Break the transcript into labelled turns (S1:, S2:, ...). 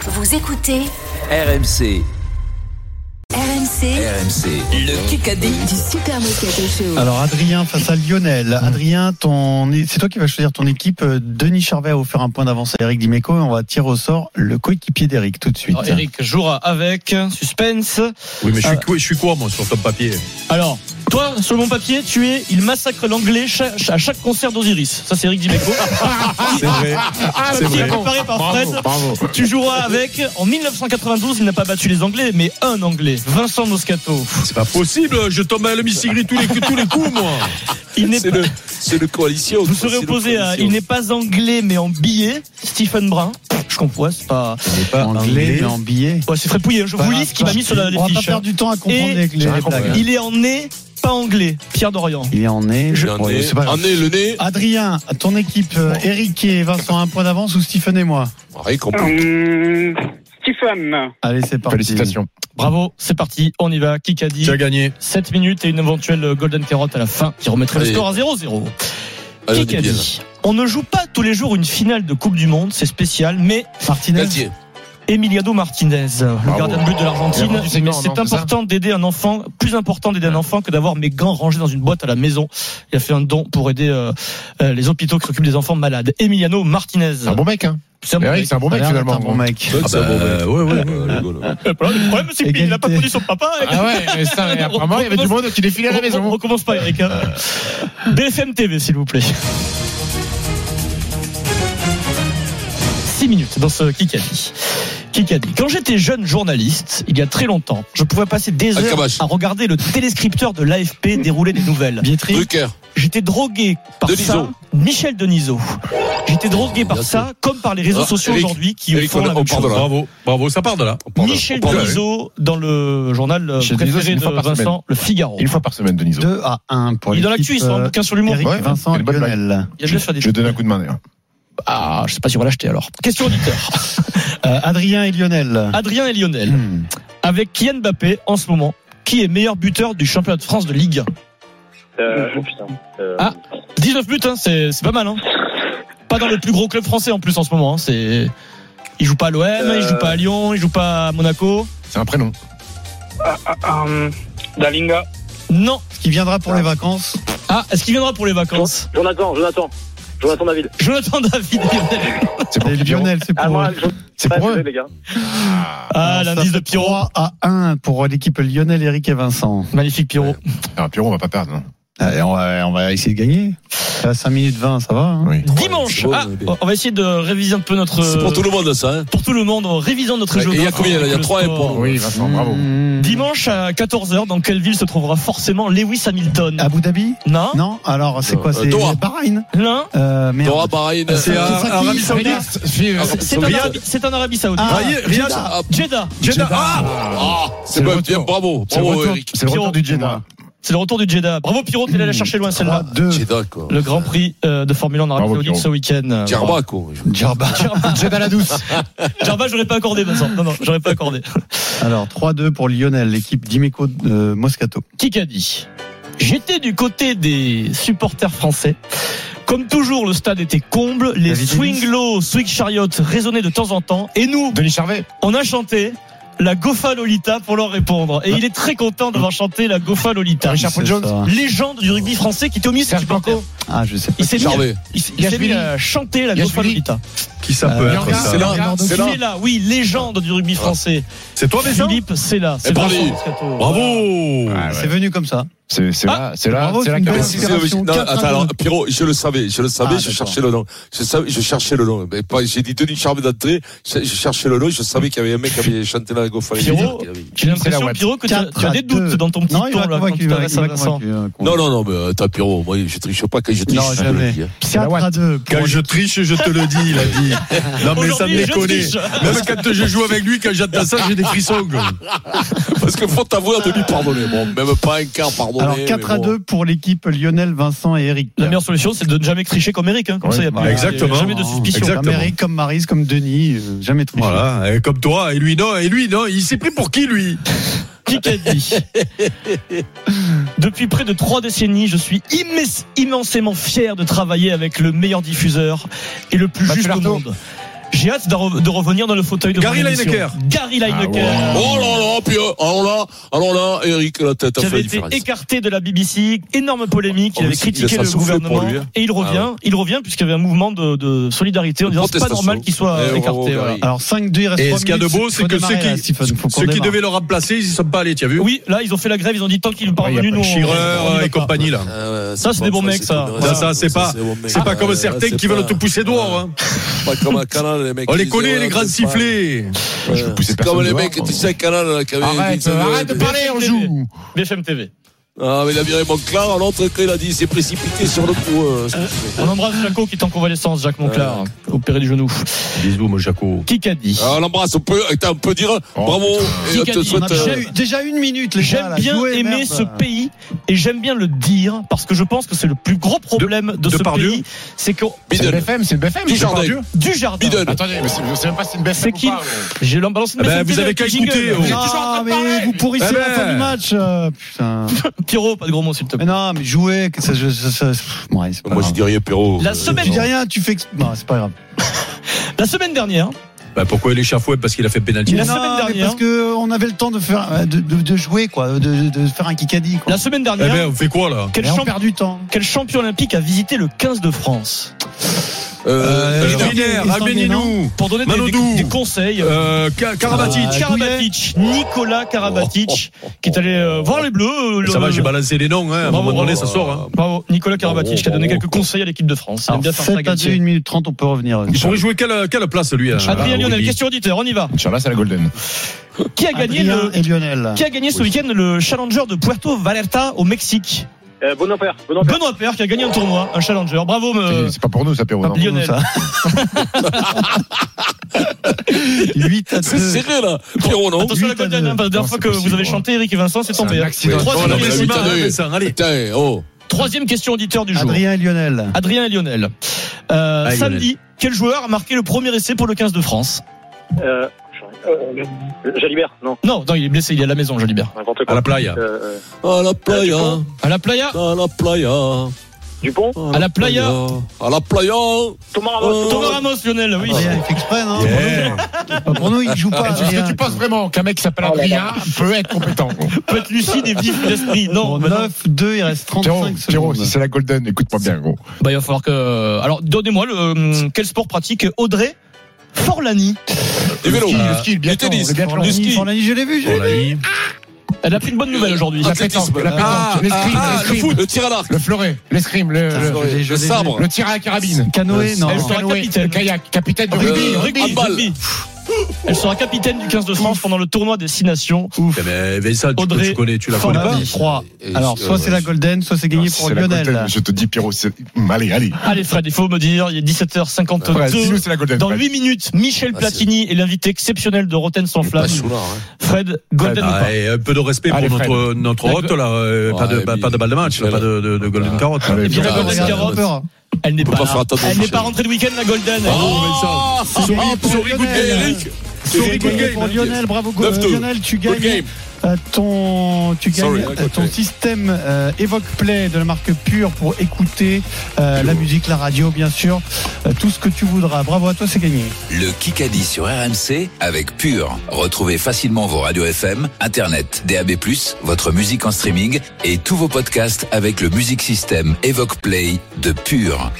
S1: Vous écoutez
S2: RMC,
S1: RMC,
S2: RMC, le Kikadi.
S1: du Super Moscato Show.
S3: Alors Adrien face à Lionel. Adrien, ton... c'est toi qui vas choisir ton équipe. Euh, Denis Charvet a offert un point d'avance à Eric Dimeco et on va tirer au sort le coéquipier d'Eric tout de suite.
S4: Alors, Eric jouera avec, suspense.
S5: Oui, mais je suis,
S4: Ah.
S5: quoi, je suis quoi, moi, sur ton papier
S4: Alors, toi, sur mon papier, tu es Il massacre l'anglais cha- à chaque concert d'Osiris. Ça, c'est Eric Dimeco.
S5: C'est vrai. C'est
S4: Qui est
S5: vrai.
S4: comparé par Fred. Tu joueras avec. En 1992, il n'a pas battu les Anglais, mais un Anglais, Vincent Moscato.
S5: C'est pas possible, je tombe à la missigri tous les, tous les coups, moi.
S4: Il n'est
S5: C'est
S4: pas-
S5: le, c'est le coalition.
S4: Vous serez
S5: C'est le
S4: opposé à
S5: coalition.
S4: Il n'est pas anglais, mais en billet, Stephen Brun. Je comprends, c'est pas.
S3: pas
S4: anglais.
S3: anglais mais en billet.
S4: Ouais, c'est très pouillé. Je vous lis ce qu'il m'a mis sur la, les
S3: On va pas
S4: fiches.
S3: perdre du temps à comprendre
S4: Et-
S3: avec les
S5: J'ai rien
S3: blagues.
S5: compris.
S3: Il...
S4: Il est en né, pas anglais, Pierre Dorian.
S3: il est en nez.
S5: Le nez, un nez, le nez.
S3: Adrien, ton équipe, euh, Eric et Vincent un point d'avance ou Stephen et moi
S5: Arrête, qu'on peut-
S6: Hum, Stephen,
S3: Allez, c'est parti.
S4: Bravo, c'est parti, on y va. Kikadi.
S5: Tu as gagné.
S4: 7 minutes et une éventuelle golden carotte à la fin qui remettrait le
S5: Allez.
S4: score à 0-0.
S5: Allez, on
S4: Qui
S5: est
S4: a
S5: Ah, bien.
S4: dit On ne joue pas tous les jours une finale de Coupe du Monde, c'est spécial, mais
S3: Martinez.
S5: Galtier.
S4: Emiliano Martinez, le gardien de but de
S7: Il a
S4: l'Argentine,
S7: rendu ses
S4: mais
S7: gants,
S4: c'est
S7: non, c'est
S4: important d'aider un enfant, plus important d'aider un enfant que d'avoir mes gants rangés dans une boîte à la maison. Il a fait un don pour aider euh, euh, les hôpitaux qui s'occupent des enfants malades. Emiliano Martinez.
S7: C'est un bon mec, hein.
S4: C'est un bon
S7: Eric,
S4: mec.
S7: c'est un bon mec
S3: Allez,
S7: finalement.
S3: attends, bon mec.
S5: Ah bah, ouais, ouais, ouais, le goal.
S4: Le problème, c'est qu'il n'a pas
S3: Égalité.
S4: connu son papa. et-
S7: Ah ouais, mais ça, et apparemment, il y avait du monde qui défilait à la
S4: On, on
S7: maison.
S4: recommence pas, Eric. hein. BFM TV, s'il vous plaît. 6 minutes dans ce Kikadi. Kikadi. Quand j'étais jeune journaliste, il y a très longtemps, je pouvais passer des
S5: Ah,
S4: heures
S5: Kabash. Mm.
S4: à regarder le téléscripteur de l'AFP dérouler des nouvelles.
S3: Bietri.
S5: Drucker.
S4: J'étais drogué par
S5: Denisot.
S4: ça. Michel Denisot. J'étais drogué par
S5: Bien
S4: ça, comme par les réseaux
S5: Ah,
S4: sociaux
S5: Eric,
S4: aujourd'hui qui
S5: Eric,
S4: font
S5: on-
S4: la
S5: on
S4: même
S5: part
S4: chose.
S5: de là. Bravo, bravo, ça part de là. On part de là.
S4: Michel
S5: On part de là.
S4: Denisot dans le journal euh,
S7: Michel Denisot, c'est
S4: préféré
S7: une
S4: de
S7: fois par semaine.
S4: Vincent, le Figaro.
S7: Une fois par semaine, Deniso.
S3: 2 à 1 pour
S4: Il est dans
S3: l'équipe,
S4: l'actu, il sort un
S3: euh,
S4: bouquin sur l'humour.
S3: Eric,
S7: Ouais,
S3: Vincent,
S7: une bonne blague.
S3: Lionel.
S4: Il a déjà fait des
S7: Je vais donner un coup de main d'ailleurs.
S4: Ah, je sais pas si on va l'acheter alors. Question auditeur.
S3: Euh, Adrien et Lionel.
S4: Adrien et Lionel,
S3: Hmm.
S4: avec Kylian Mbappé en ce moment, qui est meilleur buteur du championnat de France de Ligue 1 Ah, 19 buts, hein, c'est c'est pas mal. Hein. Pas dans le plus gros club français en plus en ce moment. Hein, c'est il joue pas à l'OM, il joue pas à Lyon, il joue pas à Monaco.
S7: C'est un prénom.
S6: hum, Dalinga,
S4: Non.
S3: Ce qui viendra pour les vacances.
S4: Ah, est-ce qu'il viendra pour les vacances
S8: Jonathan, Jonathan. Jonathan David.
S4: Jonathan David.
S7: C'est pour
S3: Et
S7: qui, Pierrot
S3: Lionel, c'est
S8: Ah,
S3: pour
S8: moi,
S3: eux.
S8: je-
S7: C'est
S8: pas,
S7: pour
S8: désolé,
S7: eux.
S8: les gars.
S4: Ah,
S3: Ça
S4: l'indice de
S3: fait
S4: Pierrot.
S3: 3 à 1 pour l'équipe Lionel, Eric et Vincent.
S4: Magnifique Pierrot.
S7: Alors, Pierrot, on va pas perdre. hein. non.
S3: Allez, on, va, on va essayer de gagner. À 5 minutes 20, ça va. hein
S7: Oui.
S4: Dimanche.
S5: Ouais,
S4: Ah,
S5: c'est bon,
S4: on va essayer de réviser un peu notre.
S5: C'est pour tout le monde, ça. hein.
S4: pour tout le monde en révisant notre
S5: Ouais, et
S4: jeu.
S5: il y a combien, là Il y a trois réponses.
S7: Oui, Vincent, bravo.
S3: Mmh.
S4: Dimanche à 14h, dans quelle ville se trouvera forcément Lewis Hamilton
S7: Ah.
S3: Abu Dhabi
S4: Non
S3: Non Alors, c'est quoi
S5: Euh,
S3: C'est
S5: Doha.
S3: Bahreïn
S4: Non
S3: euh, merde.
S5: Dora Bahreïn.
S3: C'est à-
S5: Ah,
S3: à Arabie Saoudite.
S4: C'est- C'est en
S5: Riyad.
S4: Arabie- c'est en Arabie Saoudite.
S3: Ah,
S5: Riyad.
S3: Jeddah.
S5: Ah,
S4: Jeddah.
S5: Jeddah. Ah, Ah, C'est
S7: le
S5: bon,
S7: retour.
S5: bien, bravo.
S7: C'est le
S5: Bravo,
S7: retour-
S5: Eric.
S7: c'est le retour du Jeddah.
S4: C'est le retour du Jeddah. Bravo Pierrot, t'es allé la chercher loin celle-là.
S3: 2.
S5: Jeddah, quoi.
S4: Le Grand Prix euh, de Formule 1 en Arabie
S7: Ah, Bravo,
S4: Saoudite
S7: Pierrot.
S4: ce week-end.
S5: Djerba, quoi.
S3: Djerba.
S7: Jeddah la douce.
S4: Jarba, j'aurais pas accordé Vincent. Non, non, j'aurais pas accordé.
S3: Alors, 3-2 pour Lionel, l'équipe d'Imeco euh, Moscato.
S4: Qui qu'a dit J'étais du côté des supporters français. Comme toujours, le stade était comble, les
S3: David
S4: swing low, swing chariot résonnaient de temps en temps, et nous,
S7: Denis Charvet.
S4: on a chanté la Gofa Lolita pour leur répondre. Et il est très content d'avoir chanté la Gofa Lolita.
S7: Richard Paul
S3: C'est
S7: Jones.
S3: ça.
S4: Légende du rugby français qui était au milieu de ses
S7: Serge
S4: supporters.
S7: Blanco.
S3: Ah, je sais pas.
S4: Il s'est mis,
S5: Jarvet.
S4: il s'est- il s'est mis à chanter la Gofa
S7: Yashvili.
S4: Lolita.
S5: Qui ça
S3: peut
S7: être, ça
S5: C'est là.
S4: Il
S5: C'est là.
S4: est là, oui, légende du rugby français.
S5: C'est toi, Vincent
S4: Philippe, c'est là. C'est
S5: Eh, bravo.
S4: Vincent Moscato. Voilà.
S5: Bravo Ah,
S7: Ah,
S3: C'est
S7: ouais.
S3: venu comme ça.
S7: C'est c'est là, c'est là,
S3: bravo,
S7: c'est là
S3: c'est une
S7: qu'il y a-
S3: belle
S5: Mais si c'est-
S3: Inspiration,
S5: non,
S3: quatre,
S5: attends,
S3: un,
S5: alors,
S3: deux.
S5: Pierrot, je le savais, je le savais,
S3: Ah,
S5: je
S3: d'accord.
S5: cherchais le nom. Je, savais, je cherchais le nom. Mais pas, j'ai dit Denis Charvet d'entrée, je, je cherchais le nom, je savais qu'il y avait un mec qui avait chanté la Goffalé.
S4: Pierrot, J'ai
S7: C'est
S4: l'impression,
S7: la Watt.
S4: Pierrot, que tu as, tu as
S3: 4 à
S4: des doutes
S3: 2.
S4: dans ton petit
S3: Non, il
S4: ton
S3: m'a
S4: là, quand
S3: convaincu.
S4: tu
S3: il m'a
S4: t'adresses à Vincent.
S3: convaincu, euh, qu'on-
S5: Non, non, non, mais attends, Pierrot, moi, je triche pas quand je triche.
S3: Non,
S5: je te le
S3: jamais.
S5: dis, hein.
S3: 4 à 2 pour
S5: Quand je triche, je te le dis, il a dit. Non, Ah, mais ça me
S4: Aujourd'hui, je
S5: déconne.
S4: triche.
S5: Même quand je joue avec lui, quand j'entends ça, j'ai des frissons. Parce que faut t'avouer à demi pardonner. Bon, même pas un quart pardonné.
S3: Alors 4 à 2 pour l'équipe Lionel, Vincent et Eric.
S4: La meilleure solution, c'est de ne jamais tricher comme Eric. hein. Comme
S7: Ouais,
S4: ça, il n'y a
S7: bah,
S4: plus-
S5: exactement.
S4: jamais de suspicion.
S3: Comme Eric, comme Marise, comme Denis, euh, jamais trop.
S5: Voilà, et comme toi, et lui non, et lui non, il s'est pris pour qui lui
S4: Qui qu'a dit Depuis près de trois décennies, je suis immense- immensément fier de travailler avec le meilleur diffuseur et le plus
S7: Mathieu
S4: juste au
S7: Lartaud.
S4: monde. J'ai hâte de, re- de revenir dans le fauteuil de
S5: Gary
S4: mon émission.
S5: Lineker.
S4: Gary Lineker.
S7: Ah ouais.
S5: Oh là là, puis euh, alors là, alors là, Eric, la tête
S4: qui
S5: a fait la
S4: avait été
S5: différence.
S4: écarté de la BBC, énorme polémique,
S5: Oh,
S4: il avait
S5: aussi, il
S4: critiqué
S5: a
S4: le
S5: ça soufflé pour
S4: gouvernement
S5: lui, hein.
S4: et il revient,
S5: Ah
S4: il revient puisqu'il y avait un mouvement de, de solidarité en disant c'est pas
S5: Protestation.
S4: normal qu'il soit
S5: Eh,
S4: écarté.
S5: bravo, Gary.
S4: voilà.
S3: Alors 5-2, il reste
S5: Et
S3: trois
S5: ce qu'il y a de
S3: minutes.
S5: beau, c'est
S3: Faut
S5: que ceux
S3: démarrer, là,
S5: qui,
S3: Stephen, faut qu'on
S5: ceux qui
S3: démarre.
S5: devaient le remplacer, ils y sont pas allés,
S9: oh,
S5: tu as vu
S4: Oui, là ils ont fait la grève, ils ont dit tant qu'il n'est pas
S7: Ouais, y a
S4: revenu,
S7: pas
S4: nous
S7: de
S4: on-
S5: Schirrer
S4: on y va
S5: et
S4: pas.
S5: compagnie, là.
S4: Ça, c'est des bons mecs, ça.
S5: Ça, ça, c'est pas- Ah, C'est
S9: Ah
S5: pas comme certains qui veulent te pousser dehors. hein.
S9: Pas comme un canal, les mecs.
S5: On
S9: qui
S5: les
S9: disent,
S5: connaît,
S9: ouais,
S5: les grands
S9: c'est pas-
S5: sifflets.
S9: Ouais.
S7: Je vais pousser
S9: C'est
S7: personne
S9: comme les
S7: dehors,
S9: mecs,
S7: quoi.
S9: tu sais, canal, là, qui avait dit
S7: Arrête,
S9: ça,
S7: arrête de
S9: euh,
S7: parler, on joue.
S4: BFM TV.
S9: Ah, mais il a viré mon clan, l'autre, quand il a dit, il s'est précipité sur le coup. euh, excusez.
S4: On embrasse Jaco qui est en convalescence, Jacques Monclar, opéré du genou.
S5: Bisous, mon Jaco.
S4: Qui qu'a dit
S9: Ah, on l'embrasse, on peut, attends, on peut dire
S7: Oh,
S9: bravo.
S4: putain.
S9: Et on
S4: Qui
S9: te
S4: a dit,
S9: souhaite.
S4: on a
S9: euh,
S3: Déjà, eu- déjà une minute, les gars,
S4: J'aime
S3: là,
S4: bien
S3: jouez,
S4: aimer
S3: merde.
S4: ce pays et j'aime bien le dire parce que je pense que c'est le plus gros problème de, ce
S5: Depardieu
S4: pays, c'est que
S7: C'est le
S9: Biden.
S7: BFM, c'est le BFM.
S9: Du
S7: c'est
S9: jardin.
S7: pas Dieu.
S4: du jardin.
S9: Biden.
S7: Attendez, mais c'est- je sais même pas si c'est une BFM.
S4: C'est
S7: ou
S4: qui
S7: pas,
S4: J'ai l'emballance
S5: Eh ben, vous avez qu'à écouter, oh.
S3: Ah, mais vous pourrissez
S5: Eh
S3: la
S5: ben.
S3: fin du match. euh, Putain.
S4: Pierrot, pas de gros mots s'il te plaît.
S3: Mais non, mais jouez. que ça- je- ça- ça- Ouais, c'est pas
S5: Ah.
S9: Moi, je
S3: grave.
S9: dis rien, Perrault.
S4: La
S9: Euh,
S4: semaine
S3: Tu dis rien, tu fais. ex- Non, c'est pas grave.
S4: La semaine dernière,
S5: Bah, pourquoi il est chafoué Parce qu'il a fait pénalty.
S4: Il La a-
S3: Non,
S4: semaine
S3: mais
S4: dernière-
S3: Parce que on avait le temps de faire, euh, de, de- de jouer, quoi, de, de faire un kikadi, quoi.
S4: la semaine
S5: Eh
S4: dernière,
S5: ben, on fait quoi, là
S4: quel,
S3: Mais on
S4: champ-
S3: perd du temps.
S4: quel champion olympique a visité le 15 de France
S9: euh,
S5: Euh,
S9: Biden.
S5: Riner,
S3: Biden.
S5: Amenez-nous.
S4: Pour donner des,
S5: Manodou.
S4: des- des conseils.
S5: Euh, Ka- Karabatic.
S4: Karabatic, Karabatic, Nicolas Karabatic, qui est allé euh, voir les Bleus. euh,
S5: Ça
S4: le-
S5: va, j'ai balancé les noms, hein. À un
S4: Bravo,
S5: moment donné,
S4: bravo.
S5: ça sort, hein. Oh.
S4: Bravo, Nicolas Karabatic, qui a donné quelques conseils à l'équipe de France. Il aime
S3: Alors,
S4: bien faire ça,
S3: faites pas
S4: Galtier.
S3: 2, 1 minute 30, on peut revenir.
S5: Il pourrait jouer quelle, quelle place, lui hein,
S4: Adrien
S5: au
S4: Lionel,
S5: rugby
S4: question auditeur, on y va.
S7: ou- Inch'Allah, c'est la Golden.
S4: Qui a gagné,
S3: Adrien
S4: le,
S3: et Lionel.
S4: qui a gagné ce week-end le Challenger de Puerto Vallarta au Mexique
S8: Euh, Benoît Père, Benoît Père.
S4: Benoît Paire qui a gagné un tournoi, un Challenger. Bravo, me-
S7: C'est pas pour nous, ça, Pérou. non
S4: Lionel.
S3: Ça. 8 à
S9: C'est
S3: 2.
S9: serré, là. Pierrot, non
S4: Attention à la
S3: Huit à
S4: Golden,
S3: deux.
S4: hein, parce que la dernière
S7: Non,
S4: fois
S7: c'est
S4: que vous
S7: possible,
S4: avez
S7: ouais.
S4: chanté, Eric et Vincent, c'est
S7: C'est un
S4: tombé. hein.
S7: accident.
S5: Oh,
S4: Trois
S9: Non, non, mais
S4: décimal,
S9: huit à
S4: hein,
S9: deux.
S5: Vincent, allez.
S9: Putain, oh.
S4: Troisième question auditeur du jour. Adrien,
S3: Adrien et Lionel.
S4: et Lionel. Euh,
S5: Ah,
S4: samedi, quel joueur a marqué le premier essai pour le 15 de France
S8: Euh, euh, Jalibert, non,
S4: Non, non, il est blessé, il est à la maison, Jalibert.
S8: n'importe
S5: À
S8: quoi.
S5: la playa.
S8: Euh, euh,
S9: À la playa,
S4: À la playa
S9: à la playa,
S8: Dupont,
S9: à
S4: la playa.
S9: à la playa.
S8: Thomas Ramos.
S9: Euh,
S4: Thomas Ramos, Lionel, oui.
S3: Adrien, il fait exprès, non
S5: Yeah.
S3: Pour nous, Pour nous, il joue pas.
S7: Est-ce
S3: Adrien.
S7: que tu penses vraiment qu'un mec qui s'appelle Adrien peut être compétent
S4: Peut être lucide et vif d'esprit. Non,
S3: Bon,
S4: bah non.
S3: 9, 2, il reste
S7: Pierrot,
S3: 35
S7: Pierrot,
S3: secondes.
S7: si c'est la Golden, écoute-moi bien, gros.
S4: Bah, il va falloir que. Alors, donnez-moi le. euh, Quel sport pratique Audrey Forlani
S9: Du vélo.
S7: Le
S5: Ah.
S7: ski, le ski, le
S9: Du
S7: biathlon,
S9: tennis.
S7: le biathlon.
S9: Du
S3: Forlani,
S9: ski.
S3: Forlani, je l'ai vu, je
S9: Oh
S3: l'ai
S5: On
S3: vu.
S5: l'a mis.
S4: Elle a plus une bonne nouvelle aujourd'hui.
S7: La pétanque, la
S5: Ah,
S7: pétanque, l'escrime,
S9: ah, ah, le
S7: l'escrime,
S9: foot, le tir à l'arc.
S7: le fleuret, l'escrime, le,
S3: Ah,
S7: le,
S3: je l'ai-
S9: Le
S3: je l'ai vu.
S9: sabre.
S7: le tir à la carabine,
S3: Canoë, non.
S4: Elle sera
S7: le canoë,
S4: capitaine.
S7: le kayak, capitaine de
S4: Rugby,
S7: rugby.
S9: Euh,
S4: rugby,
S9: handball.
S4: rugby. Elle sera capitaine du 15 de France pendant le tournoi des Six Nations.
S5: Eh ben, Vincent, tu,
S4: Audrey
S5: tu connais, tu la connais pas
S3: Forlani, 3. Alors, soit c'est la Golden, soit c'est
S7: Ah,
S3: gagné
S7: si
S3: pour
S7: c'est la Golden,
S3: Lionel.
S7: Je te dis, Pierrot, c'est. Hum, Allez, allez.
S4: Allez Fred, il faut me dire, il est
S7: Ouais, dis-nous,
S4: 17h52.
S7: c'est la Golden.
S4: Dans
S7: Fred.
S4: 8 minutes, Michel
S9: Ah,
S4: Platini est l'invité exceptionnel de Roten sans flamme. Fred, Golden ou
S5: Ah,
S4: pas
S5: et un peu de respect
S7: Allez,
S5: pour
S7: Fred.
S5: notre, notre
S4: La
S5: hôte, là. euh,
S9: Ouais,
S5: pas, de,
S9: mais-
S5: pas, pas de balle de match, là, pas de, de, de golden
S9: Ah.
S5: carotte. là.
S7: Allez,
S4: Et puis la
S9: Ah,
S4: Golden
S9: regarde,
S4: Carotte, elle n'est
S9: peut
S4: pas,
S9: pas
S4: là.
S9: faire attention,
S4: Elle n'est
S9: Michel.
S4: pas rentrée de week-end, la
S9: ah,
S4: Golden.
S9: Oh,
S5: Vincent.
S9: Vincent.
S5: Sorry, sorry, good
S9: Eh,
S5: game.
S9: Eric,
S5: Sorry, good
S3: Gagné
S5: game.
S3: pour
S9: hein.
S3: Lionel, bravo Go-
S9: 9-2.
S3: Lionel, tu
S9: Good
S3: gagnes
S9: game.
S3: euh, ton tu gagnes
S9: Sorry,
S3: euh,
S9: good
S3: ton
S9: game.
S3: système euh, Evoque Play de la marque Pure pour écouter euh, la musique, la radio bien sûr, euh, tout ce que tu voudras. Bravo à toi, c'est gagné.
S2: Le Kikadi sur RMC avec Pure. Retrouvez facilement vos radios FM, Internet, DAB+, votre musique en streaming et tous vos podcasts avec le Music System Evoque Play de Pure.